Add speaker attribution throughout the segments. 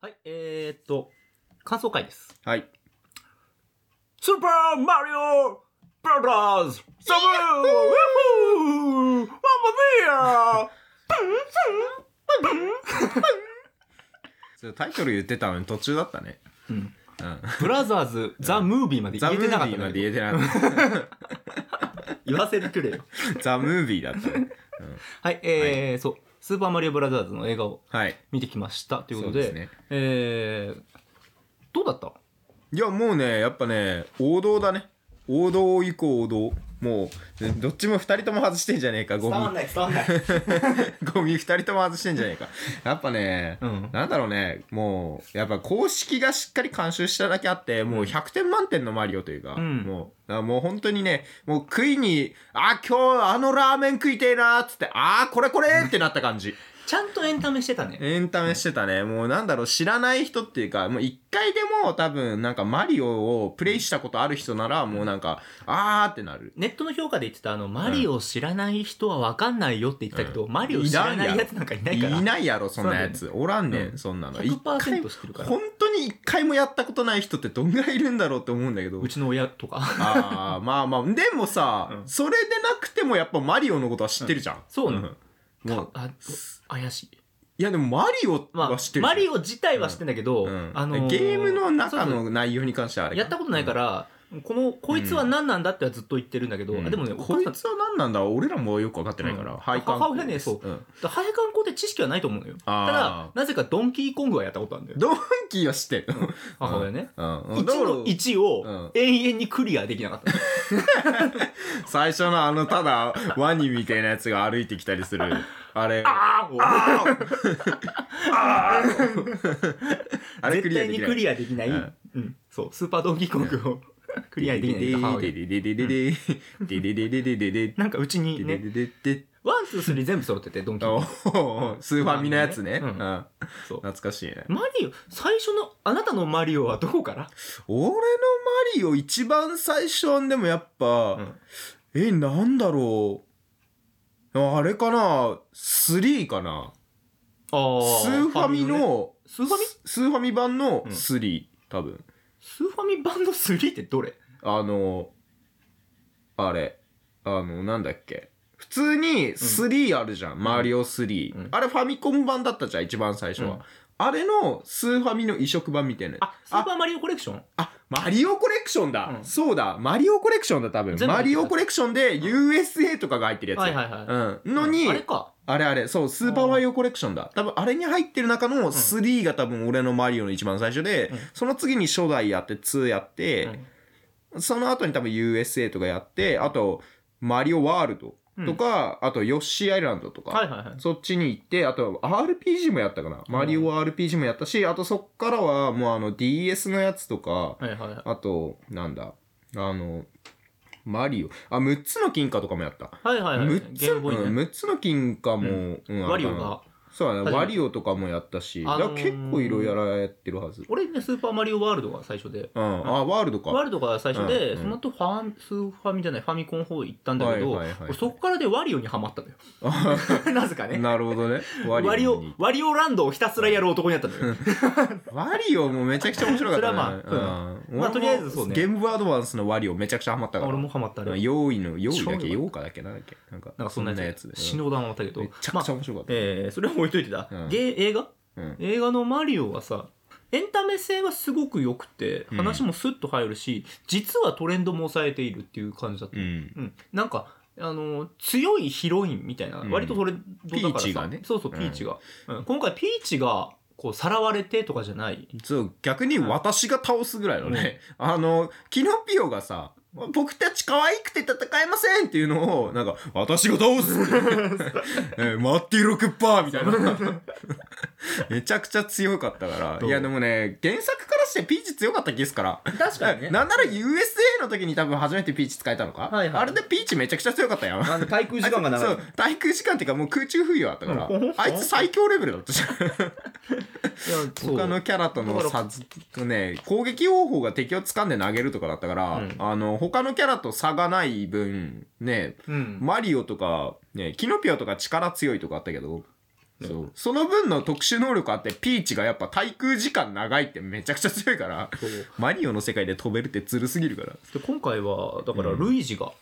Speaker 1: はい、えー、っと、感想会です。
Speaker 2: はい。
Speaker 1: スーパーマリオブラザーズサブーウェフーマンマディア
Speaker 2: それタイトル言ってたのに途中だったね。
Speaker 1: うん
Speaker 2: うん。
Speaker 1: ブラザーズ・ザ・ムービーまで
Speaker 2: ザ・
Speaker 1: 言え
Speaker 2: ム
Speaker 1: て
Speaker 2: ービ
Speaker 1: なかった
Speaker 2: ー
Speaker 1: んだ
Speaker 2: ま
Speaker 1: け
Speaker 2: で
Speaker 1: ど
Speaker 2: 言えてなかっ
Speaker 1: 言わせてくれよ。
Speaker 2: た。ザ・ムービーだったね。
Speaker 1: はい、えーそう、スーパーマリオブラザーズの映画を
Speaker 2: はい。
Speaker 1: 見てきましたということ
Speaker 2: そう
Speaker 1: で、
Speaker 2: すね。
Speaker 1: えー、どうだった
Speaker 2: いや、もうね、やっぱね、王道だね。王道以降王道。もう、ねどっちも二人とも外してんじゃねえか、ゴミ。
Speaker 1: ない、伝わんない。
Speaker 2: ゴミ二人とも外してんじゃねえか。やっぱね、
Speaker 1: うん
Speaker 2: なんだろうね、もう、やっぱ公式がしっかり監修しただけあって、もう100点満点のマリオというか、
Speaker 1: うん
Speaker 2: もう、だからもう本当にね、もう食いに、あ、今日あのラーメン食いてえなーっつって、あー、これこれってなった感じ。
Speaker 1: ちゃんとエンタメしてたね。
Speaker 2: エンタメしてたね。もうなんだろう、知らない人っていうか、もう一回でも多分なんかマリオをプレイしたことある人なら、もうなんか、あーってなる。
Speaker 1: ネットの評価で言ってた、あの、マリオ知らない人はわかんないよって言ってたけど、
Speaker 2: うん
Speaker 1: マリオ知らないやつなんかいないから。
Speaker 2: いないやろ、そんなやつ。おらんねん、
Speaker 1: うん
Speaker 2: そんなの。一回
Speaker 1: 100%知ってるから。
Speaker 2: 本当に一回もやったことない人ってどんぐらいいるんだろうって思うんだけど
Speaker 1: う。ちの親とか。
Speaker 2: ああ、まあまあ、でもさ、
Speaker 1: うん
Speaker 2: それでなくてもやっぱマリオのことは知ってるじゃん。
Speaker 1: そうね
Speaker 2: んもう、
Speaker 1: あ、怪しい。
Speaker 2: いやでもマリオ
Speaker 1: ま
Speaker 2: は
Speaker 1: あ
Speaker 2: 知って、るじゃん
Speaker 1: マリオ自体は知ってんだけど、
Speaker 2: うん
Speaker 1: あの
Speaker 2: ゲームの中
Speaker 1: そう
Speaker 2: の内容に関してはあ
Speaker 1: そう
Speaker 2: れ、
Speaker 1: やったことないからら、この、こいつは何なんだってはずっと言ってるんだけど、
Speaker 2: うん
Speaker 1: あでもね、
Speaker 2: こいつは何なんだ俺らもよく分かってないから、
Speaker 1: うん
Speaker 2: 配管
Speaker 1: 母親ねそう
Speaker 2: うん
Speaker 1: 早観光って知識はないと思うのよ。
Speaker 2: あー
Speaker 1: ただ、なぜかドンキーコングはやったことあるんだよ。
Speaker 2: ドンキーは知ってる
Speaker 1: 母親ね。
Speaker 2: うんうん
Speaker 1: 1
Speaker 2: だから
Speaker 1: の1を
Speaker 2: うん
Speaker 1: 永遠にクリアできなかった。
Speaker 2: 最初のあのただワニみたいなやつが歩いてきたりするあれ
Speaker 1: あー
Speaker 2: あーあれ
Speaker 1: 絶
Speaker 2: クリア
Speaker 1: 対
Speaker 2: で
Speaker 1: に
Speaker 2: きな
Speaker 1: ク
Speaker 2: い
Speaker 1: リアできない、う
Speaker 2: うん
Speaker 1: んそうスーパードンキーコングをクリアできない母
Speaker 2: デ
Speaker 1: 親
Speaker 2: デデデデデデデデデデデデデ
Speaker 1: なんかうちにね
Speaker 2: デデデデ
Speaker 1: ワンツースリー全部揃っててドンキーコ
Speaker 2: お
Speaker 1: ング
Speaker 2: ースーファミのやつね、
Speaker 1: う
Speaker 2: うんん
Speaker 1: そう
Speaker 2: 懐かしいね
Speaker 1: マリオ最初のあなたのマリオはどこから、
Speaker 2: 俺のマリオ一番最初はでもやっぱ、えなんだろうあれかな3かな
Speaker 1: あー
Speaker 2: スーファミ
Speaker 1: ね
Speaker 2: の
Speaker 1: スーファミ
Speaker 2: スーファミ版の
Speaker 1: うん
Speaker 2: 3、多分
Speaker 1: スーファミ版の3ってどれ
Speaker 2: あのあれあのなんだっけ普通に3あるじゃん、マリオ3、
Speaker 1: うん
Speaker 2: あれファミコン版だったじゃん一番最初は、
Speaker 1: うん
Speaker 2: あれのスーファミの移植版みたいな
Speaker 1: あスーパーマリオコレクション
Speaker 2: あマリオコレクションだ、
Speaker 1: うん
Speaker 2: そうだマリオコレクションだ多分
Speaker 1: 全部入
Speaker 2: マ
Speaker 1: ってる
Speaker 2: リオコレクションで USA とかが入ってるやつ、
Speaker 1: はいはいはい
Speaker 2: うん、のに、
Speaker 1: うんあ
Speaker 2: あ
Speaker 1: れ
Speaker 2: れ
Speaker 1: か
Speaker 2: あれそうスーパーマリオコレクションだ多分あれに入ってる中の3が多分俺のマリオの一番最初で、
Speaker 1: うん
Speaker 2: その次に初代やって2やって、その後に多分 USA とかやってあとマリオワールドとか、あとヨッシーアイランドとか、
Speaker 1: はいはいはい
Speaker 2: そっちに行って、あと RPG もやったかな。マリオ RPG もやったし、あとそっからはもうあの DS のやつとか、
Speaker 1: はいはいはい
Speaker 2: あと、なんだ、あの、マリオ。あ、6つの金貨とかもやった。
Speaker 1: はいはいはい
Speaker 2: 六つ
Speaker 1: ゲームボーイ
Speaker 2: う
Speaker 1: ね
Speaker 2: ん、6つの金貨も、うん
Speaker 1: ワリオ。が
Speaker 2: そう
Speaker 1: 初
Speaker 2: だ
Speaker 1: め
Speaker 2: ね、
Speaker 1: て
Speaker 2: ワリオとかもやったし、
Speaker 1: あのー
Speaker 2: だから結構いろいろやってるはず。
Speaker 1: 俺ねスーパーマリオワールドが最初で
Speaker 2: うん、あ、ワールドか。
Speaker 1: ワールドが最初で、
Speaker 2: うん
Speaker 1: その後ファンスーファミじゃないファミコン方行ったんだけど、
Speaker 2: はいはいはいはい
Speaker 1: 俺そこからでワリオにはまったのよ なぜかね
Speaker 2: なるほどね。
Speaker 1: ワ
Speaker 2: ワ
Speaker 1: リ
Speaker 2: リオ
Speaker 1: オ
Speaker 2: に。
Speaker 1: ワリオランドをひたすらやる男になったの よ
Speaker 2: ワリオもめちゃくちゃ面白かっ
Speaker 1: それは
Speaker 2: たね。
Speaker 1: まあ
Speaker 2: うん
Speaker 1: そうまあ
Speaker 2: 俺も
Speaker 1: とりあえずそうね
Speaker 2: ゲームボーイアドバンスのワリオめちゃくちゃハマったから。
Speaker 1: 俺もハマったあれなん
Speaker 2: 用意の用意だっ
Speaker 1: 超
Speaker 2: け
Speaker 1: 良
Speaker 2: 用かだっけなんだっけなんか
Speaker 1: かそんなやつ
Speaker 2: そんなやつで
Speaker 1: 死ぬほどハマったけど
Speaker 2: めちゃ
Speaker 1: ま
Speaker 2: くちゃ
Speaker 1: あ
Speaker 2: 面白かった、
Speaker 1: えーそれは置いといてだ、
Speaker 2: うん
Speaker 1: ゲー映画
Speaker 2: うん
Speaker 1: 映画のマリオはさエンタメ性はすごく良くて
Speaker 2: うん
Speaker 1: 話もスッと入るし、実はトレンドも抑えているっていう感じだった、
Speaker 2: うん
Speaker 1: うん、なんかあのー強いヒロインみたいな、
Speaker 2: うん
Speaker 1: 割とそれどうだからさ
Speaker 2: ピーチがね
Speaker 1: そうそう
Speaker 2: うん
Speaker 1: ピーチが、うん今回ピーチがこうさらわれてとかじゃない
Speaker 2: そう逆に私が倒すぐらいのね、あのキノピオがさ僕たち可愛くて戦えませんっていうのをなんか私が倒す え待っていろクッパーみたいなめちゃくちゃ強かったから
Speaker 1: どう
Speaker 2: いやでもね原作からしてピーチ強かったっけですから
Speaker 1: 確
Speaker 2: なんなら USA の時に多分初めてピーチ使えたのか、
Speaker 1: はいはい
Speaker 2: あれでピーチめちゃくちゃ強かったやん
Speaker 1: の滞空
Speaker 2: そう、対空時間っていうかもう空中浮遊あった から
Speaker 1: うん、
Speaker 2: あいつ最強レベルだったじゃん。
Speaker 1: そう
Speaker 2: 他のキャラとの
Speaker 1: だか
Speaker 2: 差ずね、攻撃方法が敵を掴んで投げるとかだったから、
Speaker 1: うん
Speaker 2: あの、他のキャラと差がない分、ね、
Speaker 1: うん
Speaker 2: マリオとか、ね、キノピオとか力強いとかあったけど、そうその分の特殊能力あってピーチがやっぱ対空時間長いってめちゃくちゃ強いから
Speaker 1: そう
Speaker 2: マリオの世界で飛べるってずるすぎるから
Speaker 1: で今回はだからルイージが、うん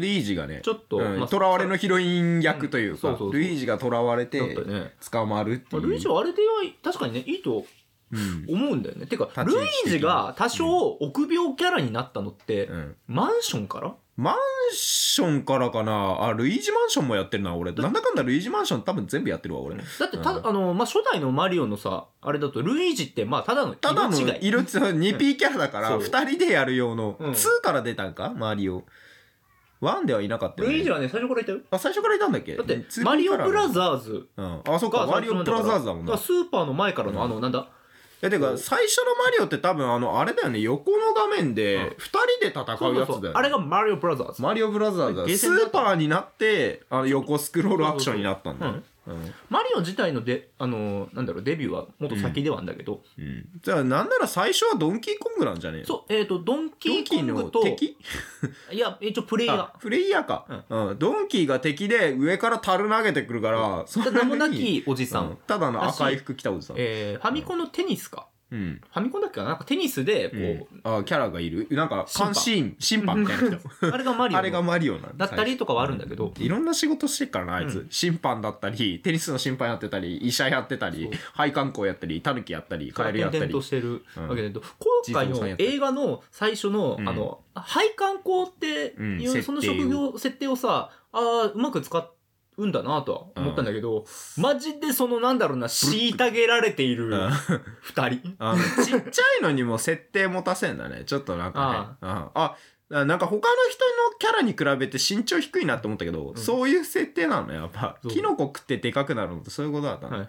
Speaker 2: ルイージがね
Speaker 1: ちょっと
Speaker 2: うん
Speaker 1: まあ
Speaker 2: 囚われのヒロイン役という
Speaker 1: う
Speaker 2: か
Speaker 1: んそうそうそう
Speaker 2: ルイージが囚われ
Speaker 1: だってたね
Speaker 2: 捕まるって
Speaker 1: まあ
Speaker 2: いう
Speaker 1: ルイージはあれでは確かにねいいと
Speaker 2: うん
Speaker 1: 思うんだよねてか
Speaker 2: 立ち
Speaker 1: ル
Speaker 2: 位
Speaker 1: イ
Speaker 2: 置的に
Speaker 1: ージが多少臆病キャラになったのって、
Speaker 2: うん
Speaker 1: マンションから
Speaker 2: マンションからかなあルイージマンションもやってるな俺なんだかんだルイージマンション多分全部やってるわ俺
Speaker 1: だってた、
Speaker 2: うん
Speaker 1: あのまあ、初代のマリオのさあれだとルイージってまあただの
Speaker 2: ただの
Speaker 1: 色違い
Speaker 2: 色違い 2P キャラだから
Speaker 1: そう
Speaker 2: 2人でやる用の
Speaker 1: うん
Speaker 2: 2から出たんかマリオ1ではいなかったよ
Speaker 1: ルイージ
Speaker 2: ね
Speaker 1: はね最初からいたよ
Speaker 2: あ最初からいたんだっけ
Speaker 1: だって
Speaker 2: 2
Speaker 1: マリオ
Speaker 2: から
Speaker 1: ブラザーズ
Speaker 2: うんあそっか
Speaker 1: が
Speaker 2: マリオブラザーズだもん
Speaker 1: だか
Speaker 2: な
Speaker 1: らスーパーの前から
Speaker 2: うん
Speaker 1: のあのなんだ
Speaker 2: えてか最初のマリオって多分あのあれだよね横の画面
Speaker 1: うん
Speaker 2: で2人で戦うやつだよ
Speaker 1: あれ
Speaker 2: ね
Speaker 1: がマリオブラザーズ
Speaker 2: マリオブラザーズだ
Speaker 1: ゲー
Speaker 2: ス
Speaker 1: センだった
Speaker 2: ーパーになってあの横スクロールアクションになったんだよねうん
Speaker 1: マリオ自体のであのなんだろうデビューはもっと先ではあるんだけど、
Speaker 2: うんじゃあなんなら最初はドンキーコングなんじゃねえの
Speaker 1: そうえっ、とドンキ
Speaker 2: ドン
Speaker 1: ー
Speaker 2: キ
Speaker 1: コ
Speaker 2: ー
Speaker 1: ン
Speaker 2: の
Speaker 1: グと
Speaker 2: 敵
Speaker 1: いや一応プレイヤー
Speaker 2: あプレイヤーか、うんドンキーが敵で上から樽投げてくるから、そんなに
Speaker 1: 名もな きおじさん、
Speaker 2: うんただの赤い服着たおじさん、
Speaker 1: えーファミコンのテニスか
Speaker 2: うん
Speaker 1: ファミコンだっけかななんかテニスでこ
Speaker 2: こ
Speaker 1: う、
Speaker 2: うあキャラがいるなんか
Speaker 1: 審判
Speaker 2: 監視員審判みたいな人
Speaker 1: あれがマリオ
Speaker 2: あ
Speaker 1: の
Speaker 2: れがマリオなん
Speaker 1: だったりとかはあるんだけど、
Speaker 2: いろんな仕事してっからなあいつ、
Speaker 1: う
Speaker 2: 審判だったりテニスの審判やってたり医者やってたり
Speaker 1: そう
Speaker 2: 配管工やったりタヌキやったりカエルやった
Speaker 1: 転々
Speaker 2: り
Speaker 1: としてる
Speaker 2: うん
Speaker 1: わけだけど、今回
Speaker 2: 地蔵さん
Speaker 1: の
Speaker 2: やったり
Speaker 1: 映画の最初の、
Speaker 2: うん
Speaker 1: あの配管工っていう、
Speaker 2: うん
Speaker 1: その
Speaker 2: 設定を
Speaker 1: 職業設定をさあーうまく使うんだなとは思ったんだけど、マジでそのなんだろうな虐げられている
Speaker 2: うん
Speaker 1: 二人
Speaker 2: あのちっちゃいのにも設定持たせんだね。ちょっとなんかね。あああなんか他の人のキャラに比べて身長低いなって思ったけど、
Speaker 1: ん
Speaker 2: そういう設定なのねやっぱ
Speaker 1: そう
Speaker 2: キノコ食ってでかくなるのってそういうことだったの、
Speaker 1: はい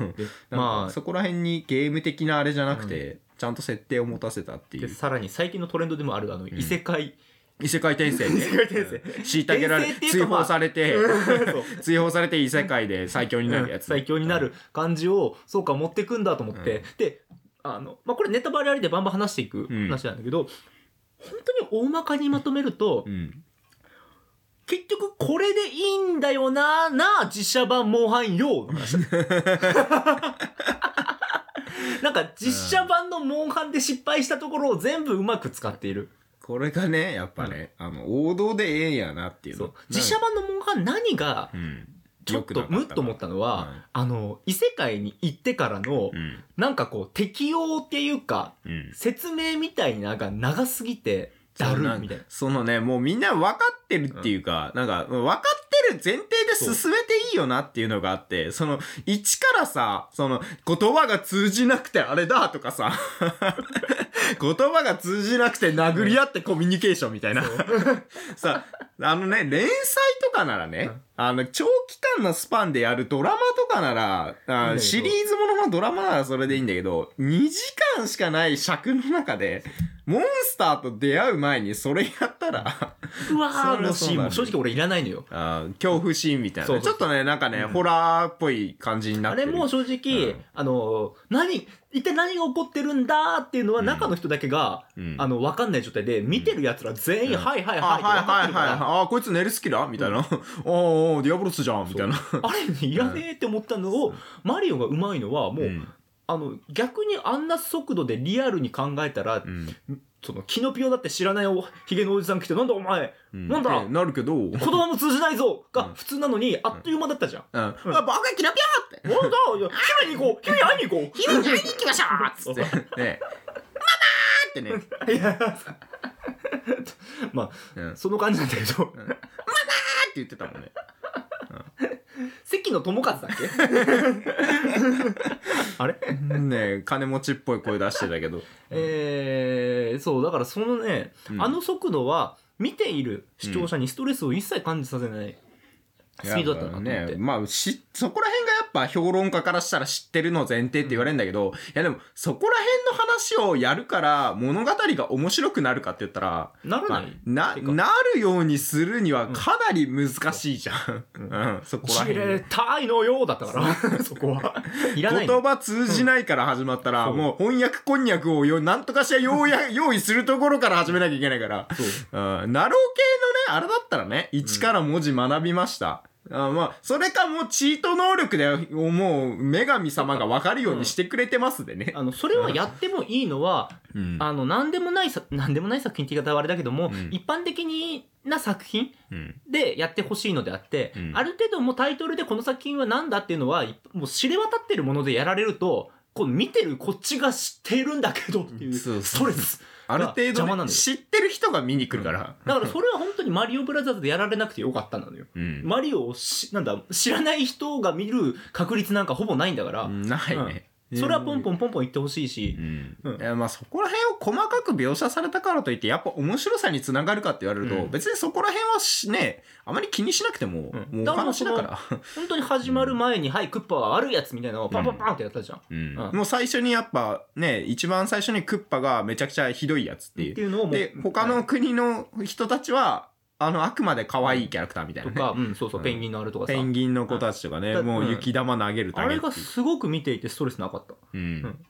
Speaker 2: うん
Speaker 1: で
Speaker 2: ま
Speaker 1: ま
Speaker 2: あ
Speaker 1: あ
Speaker 2: そこら辺にゲーム的なあれじゃなくて、ちゃんと設定を持たせたってい
Speaker 1: で
Speaker 2: う
Speaker 1: さらに最近のトレンドでもあるあの異世界、
Speaker 2: 異世界転生ね
Speaker 1: 異世界転生
Speaker 2: うん虐げられ
Speaker 1: 転生っていう
Speaker 2: 追
Speaker 1: かまあ
Speaker 2: 放されて、
Speaker 1: そう
Speaker 2: 追放されて異世界で最強になるやつ、
Speaker 1: うん最強になる感じをそうか持ってくんだと思って、
Speaker 2: うん
Speaker 1: であの、まあ、これネタバレありでバンバン話していく
Speaker 2: うん
Speaker 1: 話なんだけど、本当に大まかにまとめると、
Speaker 2: うん
Speaker 1: 結局これでいいんだよなな自社版モンハンよの 話なんか実写版のモンハンで失敗したところを全部うまく使っている、
Speaker 2: これがねやっぱね、あの王道でええんやなっていうの
Speaker 1: そう実写版のモンハン何が
Speaker 2: うん
Speaker 1: ちょっとムッと思ったのは、
Speaker 2: うん
Speaker 1: あの異世界に行ってからの、
Speaker 2: うん
Speaker 1: なんかこう適応っていうか
Speaker 2: うん
Speaker 1: 説明みたいなのが長すぎてだるいみたい な。
Speaker 2: そのねもうみんな分かってるっていうか、なんか分かってる前提で進めていいよなっていうのがあってその一からさその言葉が通じなくてあれだとかさ 言葉が通じなくて殴り合ってコミュニケーションみたいなさあのね連載とかならね、
Speaker 1: うん
Speaker 2: あの長期間のスパンでやるドラマとかな
Speaker 1: いい
Speaker 2: ら
Speaker 1: んだ
Speaker 2: あ
Speaker 1: けど
Speaker 2: シリーズもののドラマならそれでいいんだけど2時間しかない尺の中でモンスターと出会う前にそれやったら
Speaker 1: うわーの
Speaker 2: そ
Speaker 1: シー
Speaker 2: う
Speaker 1: ン
Speaker 2: な
Speaker 1: も
Speaker 2: んだ
Speaker 1: 正直俺いらないのよ。
Speaker 2: あー恐怖シーンみたいな
Speaker 1: そうそうそう
Speaker 2: ちょっとねなんかね、
Speaker 1: うん
Speaker 2: ホラーっぽい感じにな
Speaker 1: あ
Speaker 2: って
Speaker 1: れ
Speaker 2: る
Speaker 1: も正直、
Speaker 2: うん
Speaker 1: あの何一体何が起こってるんだっていうのは
Speaker 2: うん
Speaker 1: 中の人だけが、
Speaker 2: うん
Speaker 1: あの分かんない状態で見てるやつら全員、
Speaker 2: うん
Speaker 1: はいはい
Speaker 2: あ
Speaker 1: はいって分かっ
Speaker 2: は
Speaker 1: て
Speaker 2: い
Speaker 1: る
Speaker 2: はいはい
Speaker 1: か
Speaker 2: あーこいつ寝る好きだみたいな、 おーおーディアブロスじゃんみたいな
Speaker 1: らあれいらねえって思ったのをマリオがうまいのはもう、
Speaker 2: ん
Speaker 1: あの逆にあんな速度でリアルに考えたら
Speaker 2: うん
Speaker 1: そのキノピオだって知らないおひげのおじさん来てなんだお前
Speaker 2: うん
Speaker 1: なんだ
Speaker 2: ってなるけど
Speaker 1: 言葉も通じないぞ
Speaker 2: う
Speaker 1: が
Speaker 2: ん
Speaker 1: 普通なのにあっという間だったじゃん。
Speaker 2: うん、あ僕はキラピョーって
Speaker 1: おうだいや姫に行こ う姫に会いに行こう
Speaker 2: 昼に会いに行きましょうっつって、 ねえ、ママーってね、
Speaker 1: いやま
Speaker 2: うん、うんっ
Speaker 1: あその感じなんだけ ど
Speaker 2: て言ってたもんね。
Speaker 1: 関野智和だっけ あれ
Speaker 2: ねえ、金持ちっぽい声出してたけ ど。
Speaker 1: えー、そうだからそのね、
Speaker 2: うん
Speaker 1: あの速度は見ている視聴者にストレスを一切感じさせないスピードだったなと思って、
Speaker 2: ね。まあ、し、そこら辺がやっぱ評論家からしたら知ってるの前提って言われるんだけど、いやでも、そこら辺の話をやるから物語が面白くなるかって言ったら、
Speaker 1: なら
Speaker 2: ま
Speaker 1: な
Speaker 2: あ
Speaker 1: い、
Speaker 2: な、
Speaker 1: てか
Speaker 2: なるようにするにはかなり難しいじゃん。う
Speaker 1: うん
Speaker 2: ん、そこら
Speaker 1: 知
Speaker 2: 辺。
Speaker 1: れたいのようだったから そこはいらない
Speaker 2: 言葉通じないから始まったら、
Speaker 1: うん
Speaker 2: もう翻訳こんにゃくをよなんとかしてよ うや用意するところから始めなきゃいけないから、
Speaker 1: そう
Speaker 2: うん、ナロー系のねあれだったらね一から文字学びました、あまあ、それかもうチート能力でもう女神様が分かるようにしてくれてますでね。
Speaker 1: あのそれはやってもいいのは、
Speaker 2: うん
Speaker 1: あの何でもないさ何でもない作品って言い方はあれだけども、
Speaker 2: うん
Speaker 1: 一般的にな作品
Speaker 2: うん
Speaker 1: でやってほしいのであって、
Speaker 2: うん
Speaker 1: ある程度もうタイトルでこの作品は何だっていうのはいもう知れ渡ってるものでやられるとこう見てるこっちが知ってるんだけどっていう
Speaker 2: そうそう
Speaker 1: ストレス
Speaker 2: ある程
Speaker 1: 邪魔
Speaker 2: 度
Speaker 1: な
Speaker 2: ね、
Speaker 1: のよ
Speaker 2: 知ってる人が見に来るから。
Speaker 1: だからそれは本当にマリオブラザーズでやられなくてよかったなのよ
Speaker 2: うん。
Speaker 1: マリオをしなんだ知らない人が見る確率なんかほぼないんだから、
Speaker 2: ないね。
Speaker 1: それはポンポ
Speaker 2: ン。
Speaker 1: ンポンポン言ってほしいし、
Speaker 2: うん、いやまあそこら辺を細かく描写されたからといってやっぱ面白さにつながるかって言われると、
Speaker 1: うん
Speaker 2: 別にそこら辺はしねあまり気にしなくても、
Speaker 1: うん
Speaker 2: もうお話だから、
Speaker 1: 本当に始まる前に、はい、クッパは悪いやつみたいなのをパンパンパンってやったじゃん。
Speaker 2: うん
Speaker 1: うん
Speaker 2: もう最初にやっぱね一番最初にクッパがめちゃくちゃひどいやつっていう
Speaker 1: っていうのをもう
Speaker 2: で、他
Speaker 1: は
Speaker 2: の国の人たちは、あの、あくまで可愛いキャラクターみた
Speaker 1: い
Speaker 2: いな
Speaker 1: と
Speaker 2: ね。
Speaker 1: か、うん、そうそう、
Speaker 2: うん
Speaker 1: ペンギンのあれとかさ
Speaker 2: ペ。ンギンの子たちとかね、
Speaker 1: うん
Speaker 2: もう雪玉投げる
Speaker 1: あ
Speaker 2: だけ
Speaker 1: れ
Speaker 2: ってい
Speaker 1: がすごく見ていてストレスなかった。
Speaker 2: う。うん。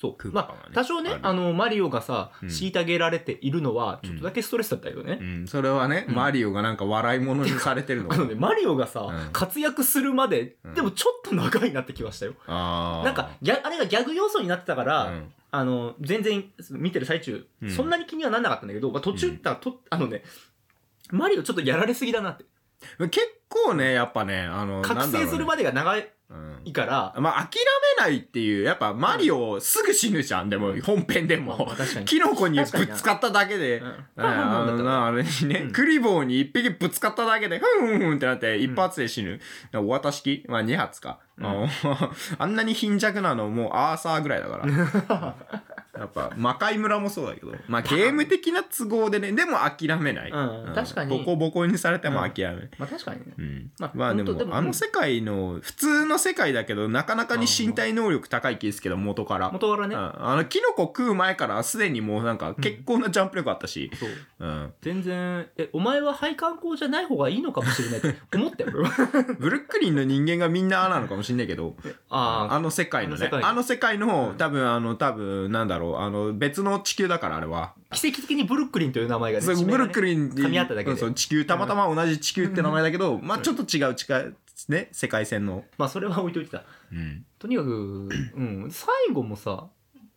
Speaker 1: そう。
Speaker 2: クッパ
Speaker 1: ま
Speaker 2: がね
Speaker 1: あ、多少ね
Speaker 2: あ、る
Speaker 1: あの、マリオがさ、
Speaker 2: うん
Speaker 1: 虐げられているのは、ちょっとだけストレスだったけどね。
Speaker 2: うん、それはね、
Speaker 1: うん
Speaker 2: マリオがなんか笑い物にされてるの
Speaker 1: あ。 のね、マリオがさ、
Speaker 2: うん
Speaker 1: 活躍するまで
Speaker 2: うん、
Speaker 1: でもちょっと長いなってきましたよ。
Speaker 2: あー
Speaker 1: なんか、、ギャあれがギャグ要素になってたから、
Speaker 2: うん
Speaker 1: あの、全然見てる最中、
Speaker 2: うん
Speaker 1: そんなに気にはなんなかったんだけど、まあ、途中だと、あのね、マリオちょっとやられすぎだなって。
Speaker 2: 結構ね、やっぱね、あの、
Speaker 1: 覚醒する
Speaker 2: ま
Speaker 1: までが長い
Speaker 2: うん
Speaker 1: から、
Speaker 2: まあ、諦めないっていう、やっぱマリオすぐ死ぬじゃん、でも、本編でも
Speaker 1: まあ。確かに。
Speaker 2: キノコにぶ
Speaker 1: 確かにな
Speaker 2: つかっただけで
Speaker 1: う、ん
Speaker 2: ねあのな、あれにね、
Speaker 1: うん
Speaker 2: クリボーに一匹ぶつかっただけで、ふんふんふんってなって、一発で死ぬ。お渡し器まあ、二発か。
Speaker 1: うん
Speaker 2: あの あんなに貧弱なの、もうアーサーぐらいだから。 やっぱ、魔界村もそうだけど、まあ、ゲーム的な都合でね、でも諦めない。
Speaker 1: うん
Speaker 2: うん
Speaker 1: 確かに
Speaker 2: ボコボコにされても諦めない。
Speaker 1: まあ確かにね。
Speaker 2: うん
Speaker 1: まあ
Speaker 2: まあで
Speaker 1: ほんとで
Speaker 2: も
Speaker 1: も
Speaker 2: あの世界の普通の世界だけどなかなかに身体能力高い気ですけど元から
Speaker 1: 元からね
Speaker 2: うん。あのキノコ食う前からすでにもうなんか結構なジャンプ力あったし、
Speaker 1: そう。
Speaker 2: うん、
Speaker 1: 全然、え、お前は配管工じゃない方がいいのかもしれないって思っ たよ。
Speaker 2: ブルックリンの人間がみんなああなのかもしんないけど、あ
Speaker 1: あ
Speaker 2: の世界のね、
Speaker 1: あ
Speaker 2: あの世界の、多分あの、多分なんだろう、あの、別の地球だからあれは。
Speaker 1: あ、奇跡的にブルックリンという名前がね
Speaker 2: そう
Speaker 1: 地名
Speaker 2: ブ
Speaker 1: がね
Speaker 2: ルックリン
Speaker 1: 噛み合っただけで
Speaker 2: そう、地球、たまたま同じ地球って名前だけど、まあちょっと違う地下、ね、世界線の。
Speaker 1: まあそれは置いといてた。
Speaker 2: うん。
Speaker 1: とにかく、うん、最後もさ、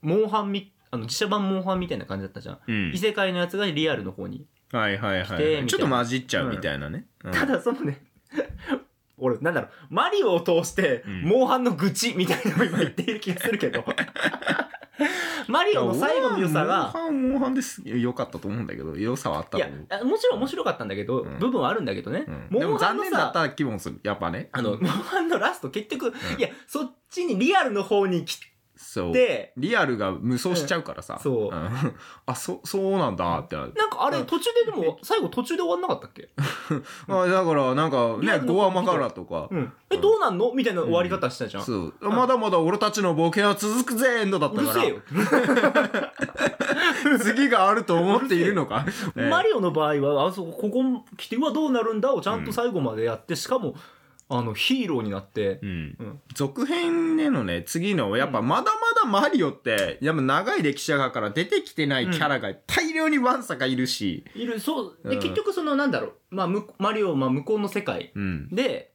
Speaker 1: モンハンみ、あの、自社版モンハンみたいな感じだったじゃん。異世界のやつがリアルの方に。
Speaker 2: はいはい
Speaker 1: 来てみた
Speaker 2: はいい。
Speaker 1: な
Speaker 2: ちょっと混じっちゃうみたいなね。うん
Speaker 1: ただそのね 俺なんだろうマリオを通して
Speaker 2: うん
Speaker 1: モンハンの愚痴みたいなのを今言っている気がするけど マリオの最後の良さが
Speaker 2: モンハン、モンハンです。良かったと思うんだけど、良さはあった
Speaker 1: いや
Speaker 2: と思う。
Speaker 1: あもちろん面白かったんだけど、
Speaker 2: うん
Speaker 1: 部分はあるんだけどね、
Speaker 2: うん、で
Speaker 1: モ
Speaker 2: も
Speaker 1: ンハンの
Speaker 2: 残念だっ
Speaker 1: さ
Speaker 2: た気もする。やっぱね。
Speaker 1: あの、モンハンのラスト結局、
Speaker 2: ん
Speaker 1: いやそっちにリアルの方に来
Speaker 2: そう。
Speaker 1: て
Speaker 2: リアルが無双しちゃうからさ。
Speaker 1: うんそうん
Speaker 2: あ、そ、そうなんだってなる。
Speaker 1: なんかあれ
Speaker 2: うん
Speaker 1: 途中ででも最後途中で終わんなかったっけ、
Speaker 2: あだから、なんか
Speaker 1: リア
Speaker 2: ね、
Speaker 1: ルの
Speaker 2: ゴアマガラとか
Speaker 1: う。ん、えどうなんのみたいな終わり方したじゃん、
Speaker 2: そう。まだまだ俺たちの冒険は続くぜ、エンドだっ
Speaker 1: う
Speaker 2: た
Speaker 1: る
Speaker 2: か
Speaker 1: せえよ
Speaker 2: ら。次があると思っているのか。ええ
Speaker 1: マリオの場合は、あそこ、ここ来て、うわ、どうなるんだをちゃんと最後までやって、しかも、あの、ヒーローになって、
Speaker 2: う
Speaker 1: う
Speaker 2: ん
Speaker 1: ん
Speaker 2: 続編でのね、次の、やっぱまだまだマリオって、やっぱ長い歴史がから出てきてないキャラが大量にワンサかいるし、
Speaker 1: いる、そう、で、
Speaker 2: うん
Speaker 1: 結局、その、なんだろう、まあ、向こマリオ、まあ、向こうの世界
Speaker 2: うん。
Speaker 1: で、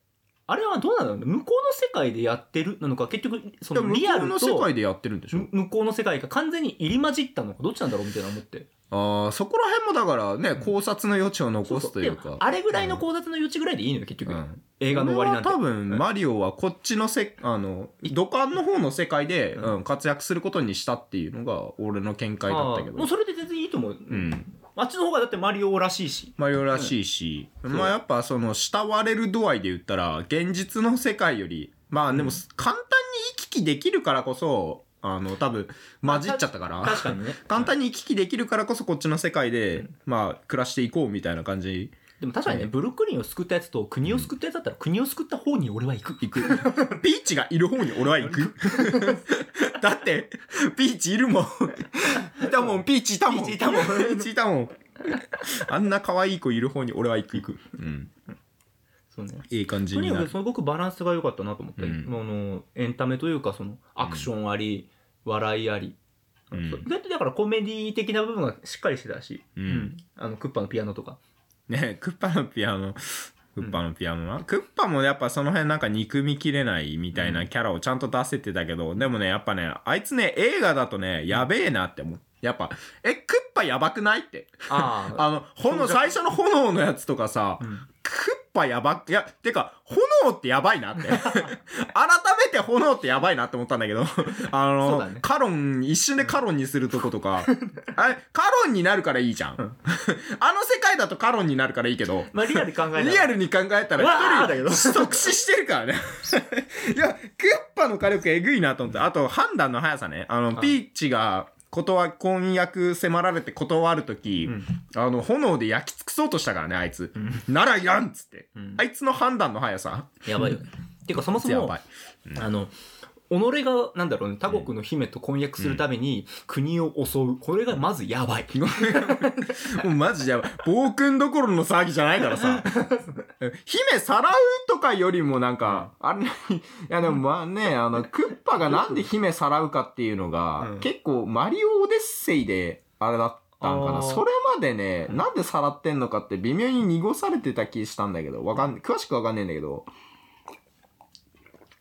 Speaker 1: あれはどうなの向こうの世界でやってるなのか、結局、そ
Speaker 2: で
Speaker 1: の、
Speaker 2: も向
Speaker 1: リ
Speaker 2: こ
Speaker 1: ア
Speaker 2: う
Speaker 1: ル
Speaker 2: の
Speaker 1: と、
Speaker 2: 世界でやってるんでしょ
Speaker 1: む向こうの世界が完全に入り混じったのか、どっちなんだろうみたいな思って。
Speaker 2: ああ、そこら辺もだからね、考察の余地を残すという
Speaker 1: そうそう
Speaker 2: か
Speaker 1: で。あれぐらいの考察の余地ぐらいでいいのよ、結局。
Speaker 2: うん
Speaker 1: 映画の終わりなんて。
Speaker 2: 俺は多分、
Speaker 1: うん
Speaker 2: マリオはこっちのせ、あの、土管の方の世界で、
Speaker 1: う
Speaker 2: うん、活躍することにしたっていうのが、俺の見解だったけ
Speaker 1: あ
Speaker 2: ど。
Speaker 1: あもうそれで全然いいと思う。
Speaker 2: うん。
Speaker 1: あっちの方がだってマリオらしいし。
Speaker 2: マリオらしいし、
Speaker 1: ん
Speaker 2: ま
Speaker 1: そう
Speaker 2: あやっぱその、慕われる度合いで言ったら、現実の世界より、まあでも、簡単に行き来できるからこそ、あの、多分、混じっちゃったから。
Speaker 1: 確かにね。
Speaker 2: 簡単に行き来できるからこそこっちの世界で、まあ暮らしていこうみたいな感じ
Speaker 1: でも確かにね、
Speaker 2: うん
Speaker 1: ブルックリンを救ったやつと国を救ったやつだったら、国を救った方に俺は行く。行く。
Speaker 2: ピーチがいる方に俺は行 く。だって、ピーチいるもん。いたもん、ピーチいたもん。
Speaker 1: ピーチいたもん
Speaker 2: ピーチいたもん。あんな可愛い子いる方に俺は行く行く。うん。
Speaker 1: そうね。
Speaker 2: いい感じ
Speaker 1: と
Speaker 2: に
Speaker 1: にかく
Speaker 2: なる。
Speaker 1: すごくバランスが良かったなと思って、
Speaker 2: うん
Speaker 1: あのエンタメというかそのアクションあり、笑いあり、
Speaker 2: うん
Speaker 1: そうだってだからコメディ的な部分がしっかりしてたし、
Speaker 2: うん
Speaker 1: あのクッパのピアノとか
Speaker 2: ねクッパのピアノ。クッパのピアノな、クッパもやっぱその辺なんか憎みきれないみたいなキャラをちゃんと出せてたけど、でもねやっぱねあいつね映画だとねやべえなって思うやっぱえクッパやばくないって
Speaker 1: ああ
Speaker 2: あの炎最初の炎のやつとかさ、
Speaker 1: ん
Speaker 2: クッパやばいやてか炎ってやば いなって改めて炎ってやばいなって思ったんだけどあ
Speaker 1: そう
Speaker 2: の、
Speaker 1: だね
Speaker 2: カロン一瞬でカロンにするとこ とかあれカロンになるからいいじゃん、 あの世界だとカロンになるからいいけど
Speaker 1: まあリアル考えたら
Speaker 2: リアルに考えた
Speaker 1: わー
Speaker 2: ら
Speaker 1: だけど
Speaker 2: 一人即死してるからねいやクッパの火力えぐいなと思ってあと判断の速さねあの、
Speaker 1: はい
Speaker 2: ピーチが断婚約迫られて断る時、
Speaker 1: うん
Speaker 2: あの炎で焼き尽くそうとしたからねあいつ、
Speaker 1: う
Speaker 2: ならいらんっつって、
Speaker 1: うん
Speaker 2: あいつの判断の速さ
Speaker 1: やばいよねてかそもそ
Speaker 2: や
Speaker 1: も
Speaker 2: ばい
Speaker 1: あの、己が、なんだろうね、他国の姫と婚約するために国を襲う。これがまずやばい。
Speaker 2: もう マジやばい暴君どころの騒ぎじゃないからさ姫さらうとかよりもなんか、あれいやでもまあねあのクッパがなんで姫さらうかっていうのが、
Speaker 1: うん
Speaker 2: 結構マリオオデッセイであれだったんか
Speaker 1: あ
Speaker 2: な
Speaker 1: ー
Speaker 2: それまでねなんでさらってんのかって微妙に濁されてた気したんだけどわかん詳しくわかんねえんだけど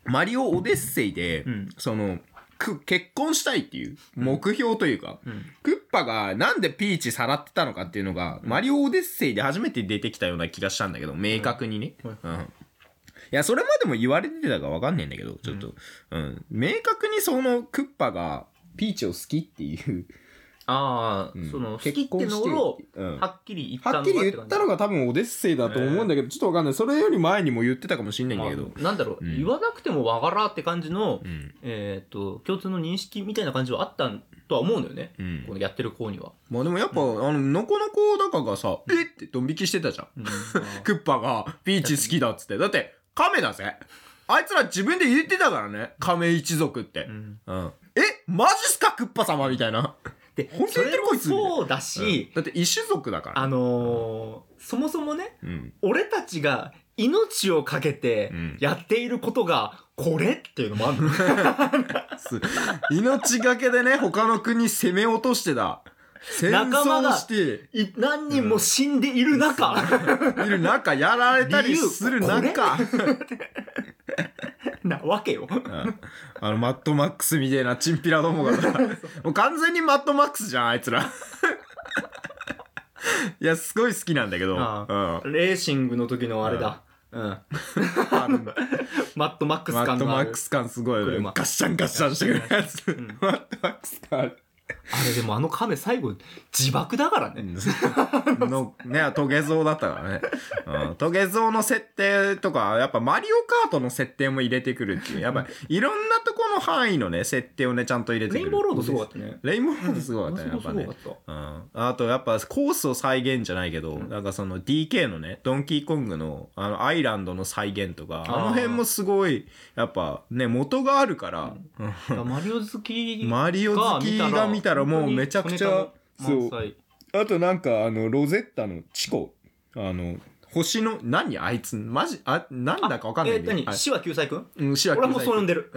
Speaker 2: マリオオデッセイで、
Speaker 1: うん
Speaker 2: そのく結婚したいっていう目標というか、クッパがなんでピーチさらってたのかっていうのが、マリオオデッセイで初めて出てきたような気がしたんだけど、明確にね。
Speaker 1: はい
Speaker 2: うん。いや、それまでも言われてたかわかんないんだけど、ちょっと、うん、明確にそのクッパがピーチを好きっていう、
Speaker 1: ああ、
Speaker 2: うん
Speaker 1: その、好きっ
Speaker 2: 結
Speaker 1: て
Speaker 2: 婚
Speaker 1: の
Speaker 2: して
Speaker 1: を、
Speaker 2: うん
Speaker 1: はっきり言ったの
Speaker 2: は
Speaker 1: が
Speaker 2: っきり言ったの
Speaker 1: が
Speaker 2: が多分オデッセイだと思うんだけど、ちょっとわかんない。それより前にも言ってたかもしんないんだけど。
Speaker 1: なんだろう、
Speaker 2: うん
Speaker 1: 言わなくてもわからって感じの、
Speaker 2: うん。
Speaker 1: えっ、と、共通の認識みたいな感じはあったとは思うのよね。
Speaker 2: うん
Speaker 1: このやってる子には。
Speaker 2: まあでもやっぱ、あの、ノコノコだかがさ、えってドン引きしてたじゃん。
Speaker 1: うん
Speaker 2: クッパがピーチ好きだっつって。だって、亀だぜ。あいつら自分で言ってたからね。亀一族って
Speaker 1: う。ん
Speaker 2: うん。えマジっすかクッパ様みたいな。
Speaker 1: で
Speaker 2: 本、
Speaker 1: そ
Speaker 2: 当に言っ
Speaker 1: れ
Speaker 2: てる
Speaker 1: も
Speaker 2: こいつ
Speaker 1: そうだし、
Speaker 2: だって異種族だから。
Speaker 1: あのーそもそもね、
Speaker 2: うん。
Speaker 1: 俺たちが命をかけて
Speaker 2: うん
Speaker 1: やっていることがこれっていうのもある の、
Speaker 2: す命がけでね、他の国攻め落としてた。戦
Speaker 1: 仲間
Speaker 2: 争
Speaker 1: が
Speaker 2: して、
Speaker 1: い何人も死んでいる中、
Speaker 2: いる中、やられたりする
Speaker 1: 理由
Speaker 2: 中、
Speaker 1: なわけよ。
Speaker 2: うんあの、マッドマックスみたいなチンピラど もがさ、もう完全にマッドマックスじゃん、あいつら。いや、すごい好きなんだけど、
Speaker 1: あ
Speaker 2: うん。
Speaker 1: レーシングの時のあれだ。うん。
Speaker 2: あるんだ
Speaker 1: マッドマックス
Speaker 2: マッ
Speaker 1: 感
Speaker 2: ド
Speaker 1: の
Speaker 2: マ
Speaker 1: あ
Speaker 2: ッ
Speaker 1: る
Speaker 2: ク。ス感すごいよね
Speaker 1: 車
Speaker 2: ガッシャンガッシャンしてくるやつ、
Speaker 1: ん
Speaker 2: マッドマックス感あ る
Speaker 1: あれでもあの亀最後自爆だからね。
Speaker 2: のねトゲゾウだったからね、うん、トゲゾウの設定とかやっぱマリオカートの設定も入れてくる っていうやっぱいろんなとこの範囲のね設定をねちゃんと入れてく
Speaker 1: レ
Speaker 2: る
Speaker 1: インボーロードすごかったね。
Speaker 2: レインボーロードすごかったね、
Speaker 1: う
Speaker 2: や
Speaker 1: ん
Speaker 2: っぱ
Speaker 1: す
Speaker 2: ね
Speaker 1: ごかっ。
Speaker 2: うん。あと、やっぱ、コースを再現じゃないけど、なんかその DK のね、ドンキーコングの、あの、アイランドの再現とか、
Speaker 1: あー
Speaker 2: あの辺もすごい、やっぱ、ね、元があるから、うん
Speaker 1: マリオ好き
Speaker 2: マリオ好きが見たらもうめちゃくちゃ
Speaker 1: そう。
Speaker 2: あとなんかあのロゼッタのチコあの星の何あいつマジあなんだかわかんない
Speaker 1: え
Speaker 2: けど、
Speaker 1: 何
Speaker 2: あ
Speaker 1: 死は救済くん
Speaker 2: うんシア
Speaker 1: 俺はもうそう呼んでる。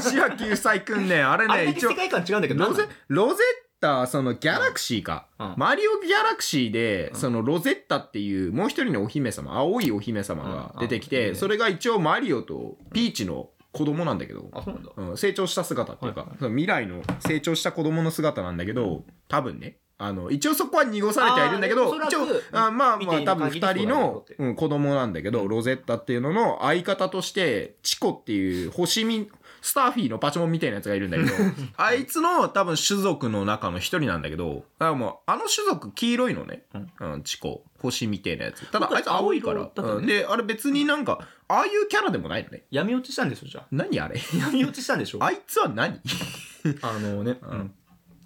Speaker 2: シア救済くんねあれ
Speaker 1: あれだ
Speaker 2: ね
Speaker 1: け
Speaker 2: 一応
Speaker 1: 世界観違うんだけど。
Speaker 2: ロゼロゼッタそのギャラクシーか、
Speaker 1: うんうん
Speaker 2: マリオギャラクシーで、
Speaker 1: うん
Speaker 2: そのロゼッタっていうもう一人のお姫様青いお姫様が出てき
Speaker 1: うん
Speaker 2: て、
Speaker 1: うん
Speaker 2: それが一応マリオとピーチの子供なんだけど、
Speaker 1: あ、そうなんだ。
Speaker 2: うん、成長した姿っていうか、
Speaker 1: はいは
Speaker 2: その未来の成長した子供の姿なんだけど、多分ねあの一応そこは濁されてはいるんだけ
Speaker 1: あー
Speaker 2: ど
Speaker 1: おそらく
Speaker 2: 一応あまあ
Speaker 1: 見
Speaker 2: ま
Speaker 1: て
Speaker 2: あ
Speaker 1: いる
Speaker 2: 多分
Speaker 1: 限りそうだ
Speaker 2: 2
Speaker 1: ね
Speaker 2: 人の
Speaker 1: って、
Speaker 2: うん、子供なんだけどロゼッタっていうのの相方としてチコっていう星見スターフィーのパチモンみたいなやつがいる んだけどあいつの多分種族の中の一人なんだけどだからもうあの種族黄色いのね、うん、チコ星みたいなやつただあいつ青いか
Speaker 1: 青色、
Speaker 2: ら
Speaker 1: だったね
Speaker 2: うんであれ別になんかああいうキャラでもないのね
Speaker 1: 闇落ちしたんでしょ、じゃあ。
Speaker 2: 何あれ
Speaker 1: 闇落ちしたんでしょ
Speaker 2: あいつは何
Speaker 1: あのね、うん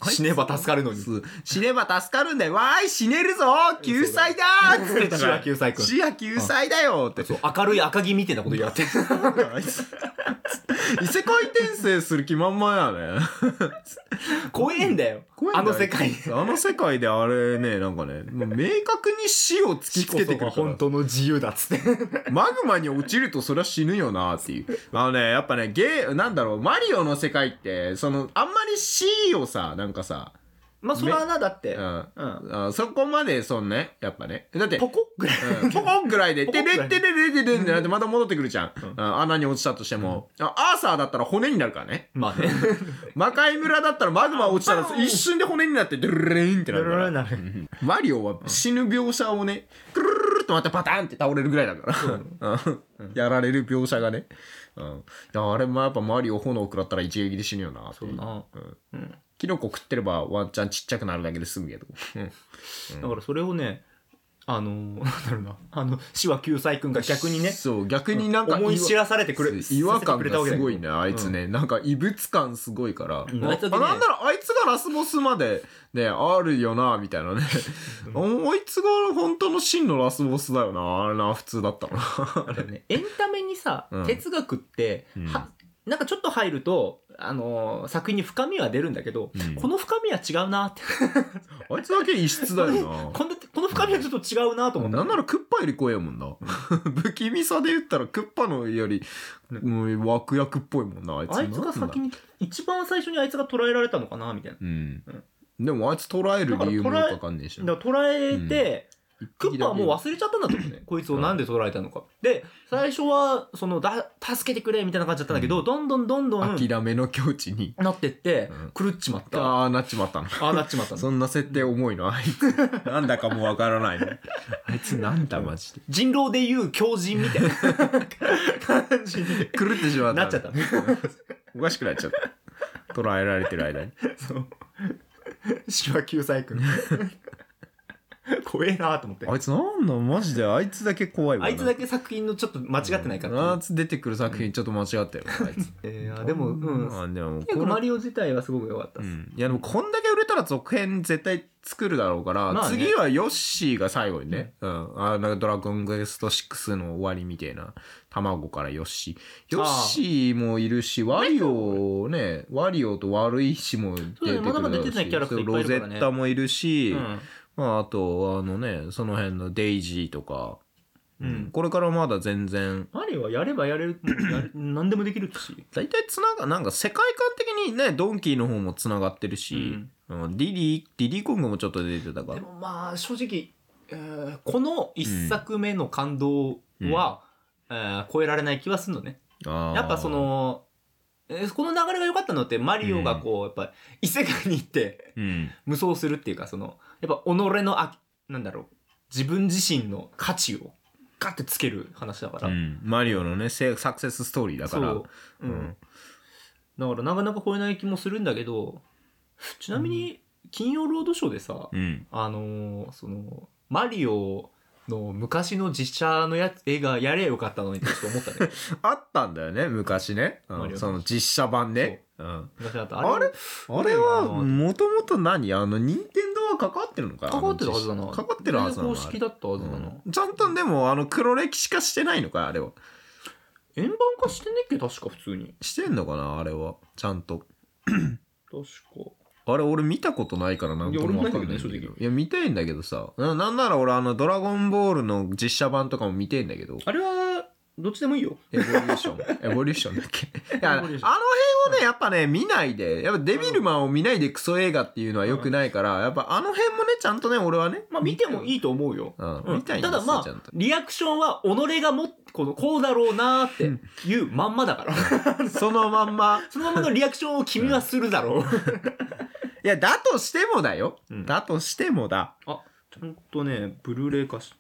Speaker 2: い
Speaker 1: 死ねば助かるのに。
Speaker 2: す死ねば助かるんだよ。わーい、死ねるぞ救済だーつってたから。
Speaker 1: 死は救済くん
Speaker 2: 死は救済だよって。
Speaker 1: そう、明るい赤木みたいなことやって。
Speaker 2: あいつ異世界転生する気満々やね。
Speaker 1: 怖えんだよ。あの世界。
Speaker 2: あの世界であれね、なんかね、もう明確に死を突きつけて
Speaker 1: こそ
Speaker 2: くるか
Speaker 1: が
Speaker 2: ら
Speaker 1: 本。当の自由だっつって。
Speaker 2: マグマに落ちるとそりゃ死ぬよなっていう。あのね、やっぱね、ゲー、なんだろう、マリオの世界って、その、あんまり C をさ、なんかさ、
Speaker 1: まあそれはなだって、
Speaker 2: う
Speaker 1: うん
Speaker 2: んあそこまでそんねやっぱねだって
Speaker 1: ポコぐらい、
Speaker 2: うんポコンぐらいで、
Speaker 1: ポ
Speaker 2: て
Speaker 1: コンぐ
Speaker 2: れ
Speaker 1: ら
Speaker 2: っ
Speaker 1: い
Speaker 2: てれれてれんってなって、また戻ってくるじゃん。
Speaker 1: うん
Speaker 2: あ穴に落ちたとしても、あアーサーだったら骨になるからね。
Speaker 1: ま あね
Speaker 2: 魔界村だったらマグマ落ちたら
Speaker 1: あ
Speaker 2: 一瞬で骨になって、ドゥルルルンってなるか
Speaker 1: ドゥルルルン
Speaker 2: ら
Speaker 1: なる
Speaker 2: うんマリオは死ぬ描写をね、クルルルルとまたパターンって倒れるぐらいだから。うんやられる描写がね。うんいやあれもやっぱマリオ炎食らったら一撃で死ぬよなっていう。
Speaker 1: な
Speaker 2: うんキノコ食ってればワンチャンちっちゃくなるだけで済むけど。うん
Speaker 1: だからそれをねあのー、なんだろうなあの手話救済君が逆にね
Speaker 2: そう、逆になんか
Speaker 1: 思い知らされてくれ
Speaker 2: 違和感がすごい
Speaker 1: ね
Speaker 2: ねあいつね、なんか異物感すごいから、
Speaker 1: うん
Speaker 2: あ
Speaker 1: あいつだけ
Speaker 2: あ
Speaker 1: ね
Speaker 2: なんならあいつがラスボスまでねあるよなみた いなねあいつが本当の真のラスボスだよなあれな普通だっ たのな
Speaker 1: ねエンタメにさ、
Speaker 2: うん
Speaker 1: 哲学って、
Speaker 2: うん
Speaker 1: はなんかちょっと入ると、あのー作品に深みは出るんだけど、
Speaker 2: うん
Speaker 1: この深みは違うなって
Speaker 2: あいつだけ異質だよ
Speaker 1: こんなこの深みはちょっと違うなと
Speaker 2: な
Speaker 1: 思った、
Speaker 2: なんならクッパより怖えもん な不気味さで言ったらクッパのより、
Speaker 1: ね
Speaker 2: うん、悪役っぽいもんなあいつ
Speaker 1: あいつが先に一番最初にあいつが捉えられたのかなみたいな
Speaker 2: うん
Speaker 1: うん
Speaker 2: でもあいつ捉える理由もよくわかんねえしな
Speaker 1: だから捉えて、クッパはもう忘れちゃったんだと思うねこいつをなんで捉えたのかで最初はそのだ助けてくれみたいな感じだったんだけど、どんどんどんどん
Speaker 2: 諦めの境地 に
Speaker 1: なってって、狂っちまったあ
Speaker 2: ああなっちまったの
Speaker 1: あなっちまった の
Speaker 2: そんな設定重い のあいつなんだかもわからないねあいつなんだマジで
Speaker 1: 人狼でいう狂人みたいな感じに
Speaker 2: 狂ってしまった
Speaker 1: なっちゃった
Speaker 2: おかしくなっちゃった捉えられてる間に
Speaker 1: そう手話救済君怖えなと思って
Speaker 2: あいつなんだマジであいつだけ怖いわ
Speaker 1: あいつだ
Speaker 2: け
Speaker 1: け作品のちょっと間違ってないかっていう
Speaker 2: あいつ出てくる作品ちょっと間違ったよあいつ
Speaker 1: えーでもうん
Speaker 2: あでも
Speaker 1: 結
Speaker 2: こ
Speaker 1: 構
Speaker 2: の
Speaker 1: マリオ自体はすごく良かった
Speaker 2: う
Speaker 1: です、
Speaker 2: ん、いやでもこんだけ売れたら続編絶対作るだろうから、
Speaker 1: まあね
Speaker 2: 次はヨッシーが最後にね、うんあなんかドラゴンクエスト6の終わりみたいな卵からヨッシーヨッシーもいるしワリオねワリオと悪い石も出てく
Speaker 1: そうだ
Speaker 2: る
Speaker 1: ねまだまだ出てないキャラクターいっぱいいるからね
Speaker 2: ロゼッタもいるし、
Speaker 1: うん
Speaker 2: まあ、あとあのねその辺のデイジーとか、
Speaker 1: うん
Speaker 2: これからまだ全然
Speaker 1: マリオはやればやれるや れ何でもできるし
Speaker 2: 大体つながなんか世界観的にねドンキーの方もつながってるし、うんディリーディリーコングもちょっと出てたから
Speaker 1: でもまあ正直、えーこの一作目の感動は、えー超えられない気はするのね
Speaker 2: あー
Speaker 1: やっぱその、えーこの流れが良かったのってマリオがこう、やっぱ異世界に行って
Speaker 2: うん
Speaker 1: 無双するっていうかそのやっぱ己のあなんだろう自分自身の価値をガッてつける話だから、
Speaker 2: うんマリオのねせサクセスストーリーだ
Speaker 1: そ
Speaker 2: から
Speaker 1: う、う
Speaker 2: うん
Speaker 1: ん、だからなかなか超えない気もするんだけどちなみに「金曜ロードショー」でさ、
Speaker 2: うん
Speaker 1: あのーそのマリオの昔の実写のやつ映画やれよかったのにってちょっと思ったね
Speaker 2: あったんだよね昔ね、うん
Speaker 1: マリオ
Speaker 2: その実写版ね、うん、
Speaker 1: 昔だった
Speaker 2: あれあれはもともと何あの任天堂は関わってるのか
Speaker 1: かかってるはずだな
Speaker 2: あの実写かかってるはずだな
Speaker 1: 全然公式だったはずだな、
Speaker 2: うんちゃんとでもあの黒歴史化してないのかあれは
Speaker 1: 円盤化してねっけ確か普通に
Speaker 2: してんのかなあれはちゃんと
Speaker 1: 確か
Speaker 2: あれ俺見たことないからなんともわかんない
Speaker 1: いや
Speaker 2: んだけど
Speaker 1: 俺もないんだけどね
Speaker 2: いや見たいんだけどさななんなら俺あの「ドラゴンボール」の実写版とかも見てんだけど
Speaker 1: あれはどっちでもいいよ
Speaker 2: エボリューシ ョン。エボリューションだっけ。いやあ
Speaker 1: エ
Speaker 2: の
Speaker 1: ボリュー
Speaker 2: 辺を
Speaker 1: ション
Speaker 2: ね、やっぱね、見ないで、やっぱデビルマンを見ないでクソ映画っていうのは良くないから、やっぱあの辺もね、ちゃんとね、俺はね。
Speaker 1: まあ見てもいいと思うよ
Speaker 2: うん
Speaker 1: うん
Speaker 2: 見たいんで
Speaker 1: た
Speaker 2: すよ
Speaker 1: だま
Speaker 2: ちゃ
Speaker 1: あ
Speaker 2: んと
Speaker 1: リアクションは己がもこのこうだろうなーっていうまんまだから
Speaker 2: そのまんま。
Speaker 1: そのままのリアクションを君はするだろう
Speaker 2: いや、だとしてもだよ。
Speaker 1: うん
Speaker 2: だとしてもだ。
Speaker 1: あちゃんとねブルーレイ化し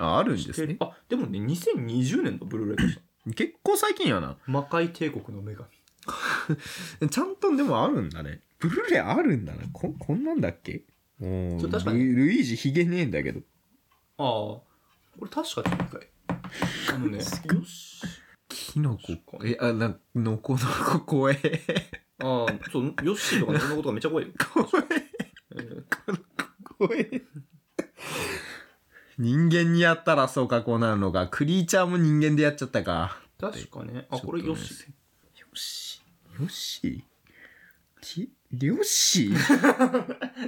Speaker 2: ああるんで
Speaker 1: て
Speaker 2: す
Speaker 1: る
Speaker 2: ね。
Speaker 1: あでもね2020年のブルーレイ化した
Speaker 2: 結構最近やな。
Speaker 1: 魔界帝国の女神
Speaker 2: ちゃんとでもあるんだね。ブルーレイあるんだな。こ、こんなんだっけうん
Speaker 1: ちょ
Speaker 2: ル
Speaker 1: 確かに
Speaker 2: ルイージひげねえんだけど。
Speaker 1: ああこれ確かに一回あのね
Speaker 2: すごい
Speaker 1: よし
Speaker 2: キノコ
Speaker 1: 確。か
Speaker 2: え、あ、なんのこのこ怖え。
Speaker 1: ああそうヨッシーとかねそんなことがめっちゃ怖いよ、
Speaker 2: 怖え。
Speaker 1: えー
Speaker 2: 怖い 人間にやったらそうかこうなるのかクリーチャーも人間でやっちゃったか
Speaker 1: 確かねあこれ
Speaker 2: ちょ
Speaker 1: ヨ
Speaker 2: っ
Speaker 1: ッ
Speaker 2: とね
Speaker 1: シー
Speaker 2: よしよしちよし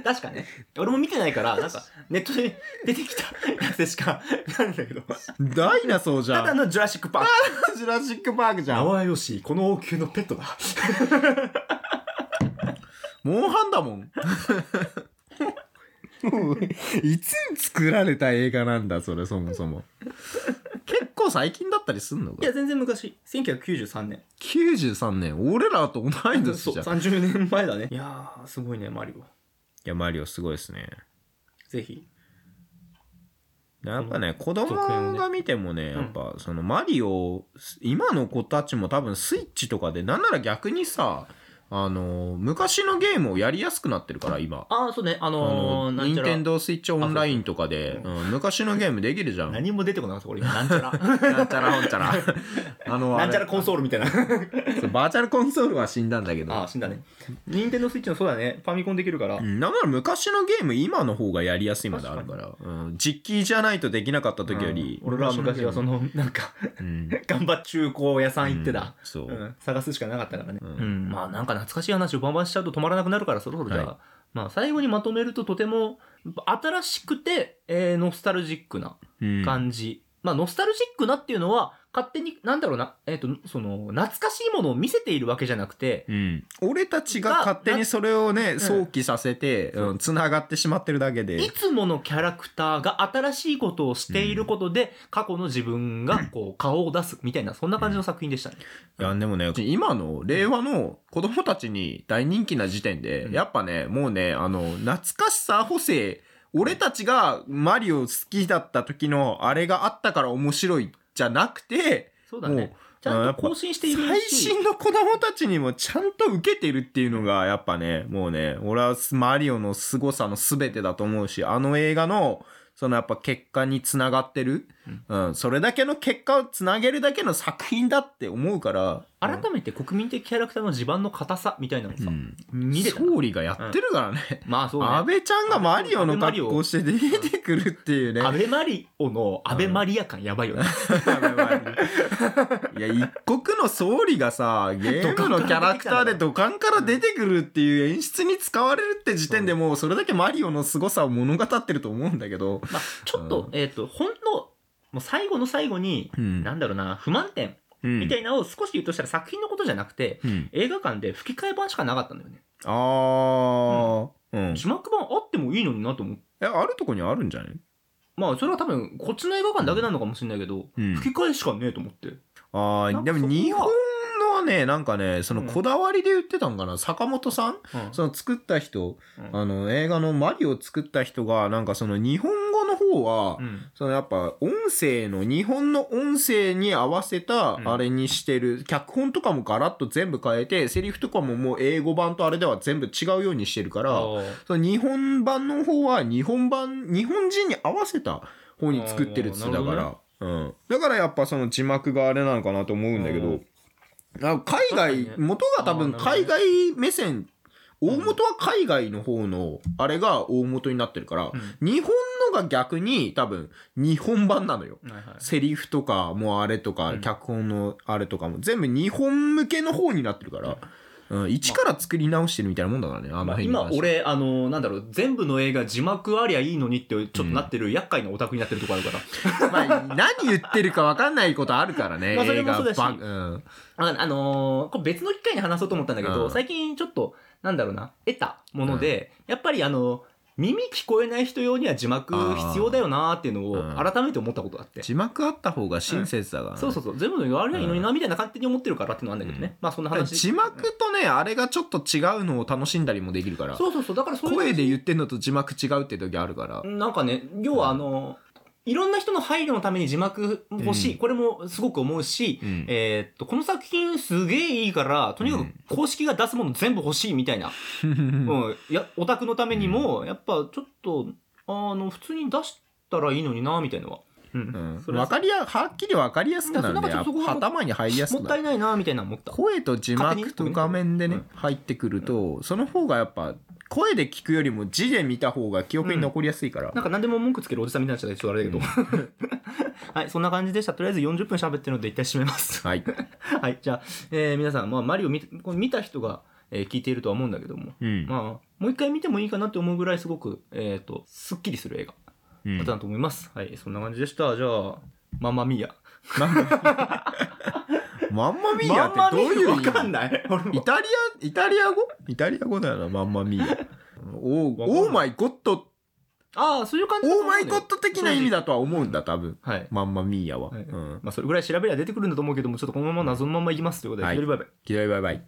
Speaker 1: 確かね俺も見てないからなんかネットで出てきたやつしかなんだけど
Speaker 2: ダイナソーじ
Speaker 1: た
Speaker 2: ゃ
Speaker 1: だ
Speaker 2: ん
Speaker 1: のジュラシック・パーク
Speaker 2: ジュラシック・パークじゃん
Speaker 1: ワヨッシーこの王宮の ペットだ
Speaker 2: モンハンだもんいつ作られた映画なんだそれそもそも結構最近だったりすんの
Speaker 1: い
Speaker 2: か
Speaker 1: や、全然昔。1993年。
Speaker 2: 93年俺らと同い年
Speaker 1: そう、
Speaker 2: じゃんい
Speaker 1: 30年前だね。いやー、すごいね、マリオ。
Speaker 2: やマリオすごいですね
Speaker 1: ぜひ。
Speaker 2: やっぱね子
Speaker 1: 続編を
Speaker 2: 供
Speaker 1: ね
Speaker 2: が見てもねやっぱそのマリオ今の子たちも多分スイッチとかでなんなら逆にさあの昔のゲームをやりやすくなってるから今
Speaker 1: あー、そうね、あ
Speaker 2: あ
Speaker 1: の
Speaker 2: の
Speaker 1: ー、なん
Speaker 2: 任
Speaker 1: ちゃら
Speaker 2: 天。堂スイッチオンラインとかで、うん昔のゲームできるじゃん。
Speaker 1: 何も出てこなかった、俺今。なんちゃ ら。
Speaker 2: なんちゃらほんちゃら。 あの、
Speaker 1: なんちゃ
Speaker 2: あ
Speaker 1: らコンソールみたい な。
Speaker 2: れそうバーチャルコンソールは死んだんだけど。
Speaker 1: あー、死んだね。任天堂スイッチのそうだね、ファミコンできるから
Speaker 2: う。んなんなら昔のゲーム今の方がやりやすいまであるからうん、実機じゃないとできなかった時より、
Speaker 1: うん俺らは昔はその、なんか、
Speaker 2: うん、
Speaker 1: 頑張っ中古屋さん行ってた。
Speaker 2: そう、
Speaker 1: うん、探すしかなかったからね、
Speaker 2: うん
Speaker 1: うんまあなんか懐かしい話をバンバンしちゃうと止まらなくなるからそろそろじゃあ、
Speaker 2: は
Speaker 1: まあ最後にまとめるととても新しくて、えーノスタルジックな
Speaker 2: うん
Speaker 1: 感じ、まあノスタルジックなっていうのは勝手になんだろうなえっ、とその懐かしいものを見せているわけじゃなくて
Speaker 2: うん俺たちが勝手にそれをね想起させて
Speaker 1: そう
Speaker 2: つな、繋がってしまってるだけで
Speaker 1: いつものキャラクターが新しいことをしていることで、過去の自分がこう顔を出すみたいなそんな感じの作品でしたね、
Speaker 2: いや、でもね、今の令和の子供たちに大人気な時点で、
Speaker 1: うん
Speaker 2: やっぱね、もうね、あの、懐かしさ補正、俺たちがマリオ好きだった時のあれがあったから面白いじゃなくて、
Speaker 1: そうだね
Speaker 2: も
Speaker 1: ちゃんと更新している
Speaker 2: 最
Speaker 1: し
Speaker 2: 新の子供たちにもちゃんと受けてるっていうのが、やっぱね、もうね、俺はマリオの凄さの全てだと思うし、あの映画の、そのやっぱ結果につながってる、うん、それだけの結果をつなげるだけの作品だって思うから、
Speaker 1: 改めて国民的キャラクターの地盤の硬さみたいなのさ、
Speaker 2: うん
Speaker 1: 見れたな
Speaker 2: 総理がやってるからね。
Speaker 1: まあそう
Speaker 2: 安
Speaker 1: ね
Speaker 2: 倍ちゃんがマリオの格好して出てくるっていうね。
Speaker 1: 安倍マリオの安倍マリア感やばいよね、
Speaker 2: いや、一国の総理がさ、ゲームのキャラクターで土管から出てくるっていう演出に使われるって時点でもうそれだけマリオの凄さを物語ってると思うんだけど。
Speaker 1: まあ、ちょっと、
Speaker 2: うん
Speaker 1: えっ、とほんのもう最後の最後に、
Speaker 2: うん
Speaker 1: なんだろうな不満点
Speaker 2: うん
Speaker 1: みたいなのを少し言うとしたら作品のことじゃなくて
Speaker 2: うん
Speaker 1: 映画館で吹き替え版しかなかったんだよね
Speaker 2: あー。うん。
Speaker 1: 字幕版あってもいいのになと思う
Speaker 2: え、あるとこにあるんじゃない
Speaker 1: まあそれは多分こっちの映画館だけなのかもしれないけど、
Speaker 2: うん
Speaker 1: 吹き替えしかねえと思ってな
Speaker 2: あー、
Speaker 1: んかそ
Speaker 2: で
Speaker 1: こ
Speaker 2: も
Speaker 1: は
Speaker 2: 日本のはね、なんかね、そのこだわりで言ってたんかな。坂本さん
Speaker 1: うん
Speaker 2: その作った人、
Speaker 1: うん
Speaker 2: あの映画のマリオを作った人がなんかその日本語の方は、
Speaker 1: うん
Speaker 2: そのやっぱ音声の日本の音声に合わせた
Speaker 1: うん
Speaker 2: あれにしてる、脚本とかもガラッと全部変えてセリフとかももう英語版とあれでは全部違うようにしてるからその日本版の方は日本版日本人に合わせた方に作ってるっつってたか
Speaker 1: あーな
Speaker 2: ら、うん、だからやっぱその字幕があれなのかなと思うんだけ
Speaker 1: う
Speaker 2: ど
Speaker 1: ん確
Speaker 2: あ海外、
Speaker 1: かにね
Speaker 2: 元が多分
Speaker 1: あーなる
Speaker 2: 海
Speaker 1: ほど
Speaker 2: 外目線大元は海外の方のあれが大元になってるから、日本のが逆に多分日本版なのよ。
Speaker 1: はいはい
Speaker 2: セリフとかもうあれとか、
Speaker 1: うん
Speaker 2: 脚本のあれとかも全部日本向けの方になってるから、うん、一から作り直してるみたいなもんだからね、あの
Speaker 1: まあ、
Speaker 2: 辺に
Speaker 1: 今
Speaker 2: 関しては
Speaker 1: 俺あのなんだろう全部の映画字幕ありゃいいのにってちょっとなってる厄介なオタクになってるとこあるから
Speaker 2: まあ、何言ってるか分かんないことあるから ね。
Speaker 1: まあそれもそうだし
Speaker 2: 映画ばうん。
Speaker 1: ああのーこれ別の機会に話そうと思ったんだけど、
Speaker 2: うん
Speaker 1: 最近ちょっと、なんだろうな、得たもので、やっぱりあの耳聞こえない人用には字幕必要だよなーっていうの
Speaker 2: うん
Speaker 1: を改めて思ったことがあって。
Speaker 2: 字幕あった方が親切だからね、
Speaker 1: そうそうそう、全部の言われないのにな、みたいな勝手に思ってるからっていうのはあるんだけどね。
Speaker 2: うん
Speaker 1: まあそんな話。
Speaker 2: 字幕とね、あれがちょっと違うのを楽しんだりもできるから。
Speaker 1: そうそうそう、だからそういう。
Speaker 2: 声で言ってんのと字幕違うって時あるから。
Speaker 1: なんかね、要はあのいろんな人の配慮のために字幕欲しい。
Speaker 2: うん
Speaker 1: これもすごく思うし、
Speaker 2: うん
Speaker 1: えーっと、この作品すげえいいから、とにか
Speaker 2: う
Speaker 1: く公式が出すもの全部欲しいみたい な。うん、いやオタクのためにも、やっぱちょっとあの普通に出したらいいのになみたいなのは、うん
Speaker 2: うん
Speaker 1: それ
Speaker 2: わかりや、はっきり分かりやすくなるね。
Speaker 1: いや
Speaker 2: や
Speaker 1: そ
Speaker 2: っ
Speaker 1: んなこと
Speaker 2: ぱ
Speaker 1: そこ
Speaker 2: 頭に入りやす
Speaker 1: も
Speaker 2: く
Speaker 1: っ
Speaker 2: な
Speaker 1: た
Speaker 2: る。
Speaker 1: いないなみたいなの思った
Speaker 2: 声と字幕と画面でね、
Speaker 1: 勝
Speaker 2: 入ってくると、その方がやっぱ、声で聞くよりも字で見た方が記憶に残りやすいから。
Speaker 1: なんか何でも文句つけるおじさんみたいになっちゃったらちょっとあれだけど、はいそんな感じでしたとりあえず40分喋ってるので一旦締め ます
Speaker 2: はい。
Speaker 1: はいじゃあ、えー皆さん、まあ、マリオ見これ見た人が、えー聞いているとは思うんだけども、
Speaker 2: うん。
Speaker 1: まあもう一回見てもいいかなって思うぐらいすごく、えっとすっきりする映画
Speaker 2: うん
Speaker 1: だったなと思います、はいそんな感じでしたじゃあママミーヤ
Speaker 2: マンマミー
Speaker 1: マ
Speaker 2: ヤ
Speaker 1: マ
Speaker 2: って
Speaker 1: ミ
Speaker 2: どう
Speaker 1: ー
Speaker 2: い
Speaker 1: ヤ
Speaker 2: う
Speaker 1: わ
Speaker 2: 意味
Speaker 1: かんない俺も
Speaker 2: イタリア、イタリア語イタリア語だよな、マンマミーヤ。お
Speaker 1: わ
Speaker 2: ー、
Speaker 1: かんない
Speaker 2: オーマイゴッド
Speaker 1: ああ、そういう感じだと
Speaker 2: オー
Speaker 1: 思う
Speaker 2: マ
Speaker 1: ね
Speaker 2: イゴッド的な意味だとは思うんだ、多分。
Speaker 1: はい。
Speaker 2: まんまミーヤは。う
Speaker 1: はい
Speaker 2: ん。
Speaker 1: まあ、それぐらい調べりゃ出てくるんだと思うけども、ちょっとこのまま謎のままいきますということで、
Speaker 2: はい
Speaker 1: 左バイバイ。
Speaker 2: 嫌いバイバイ。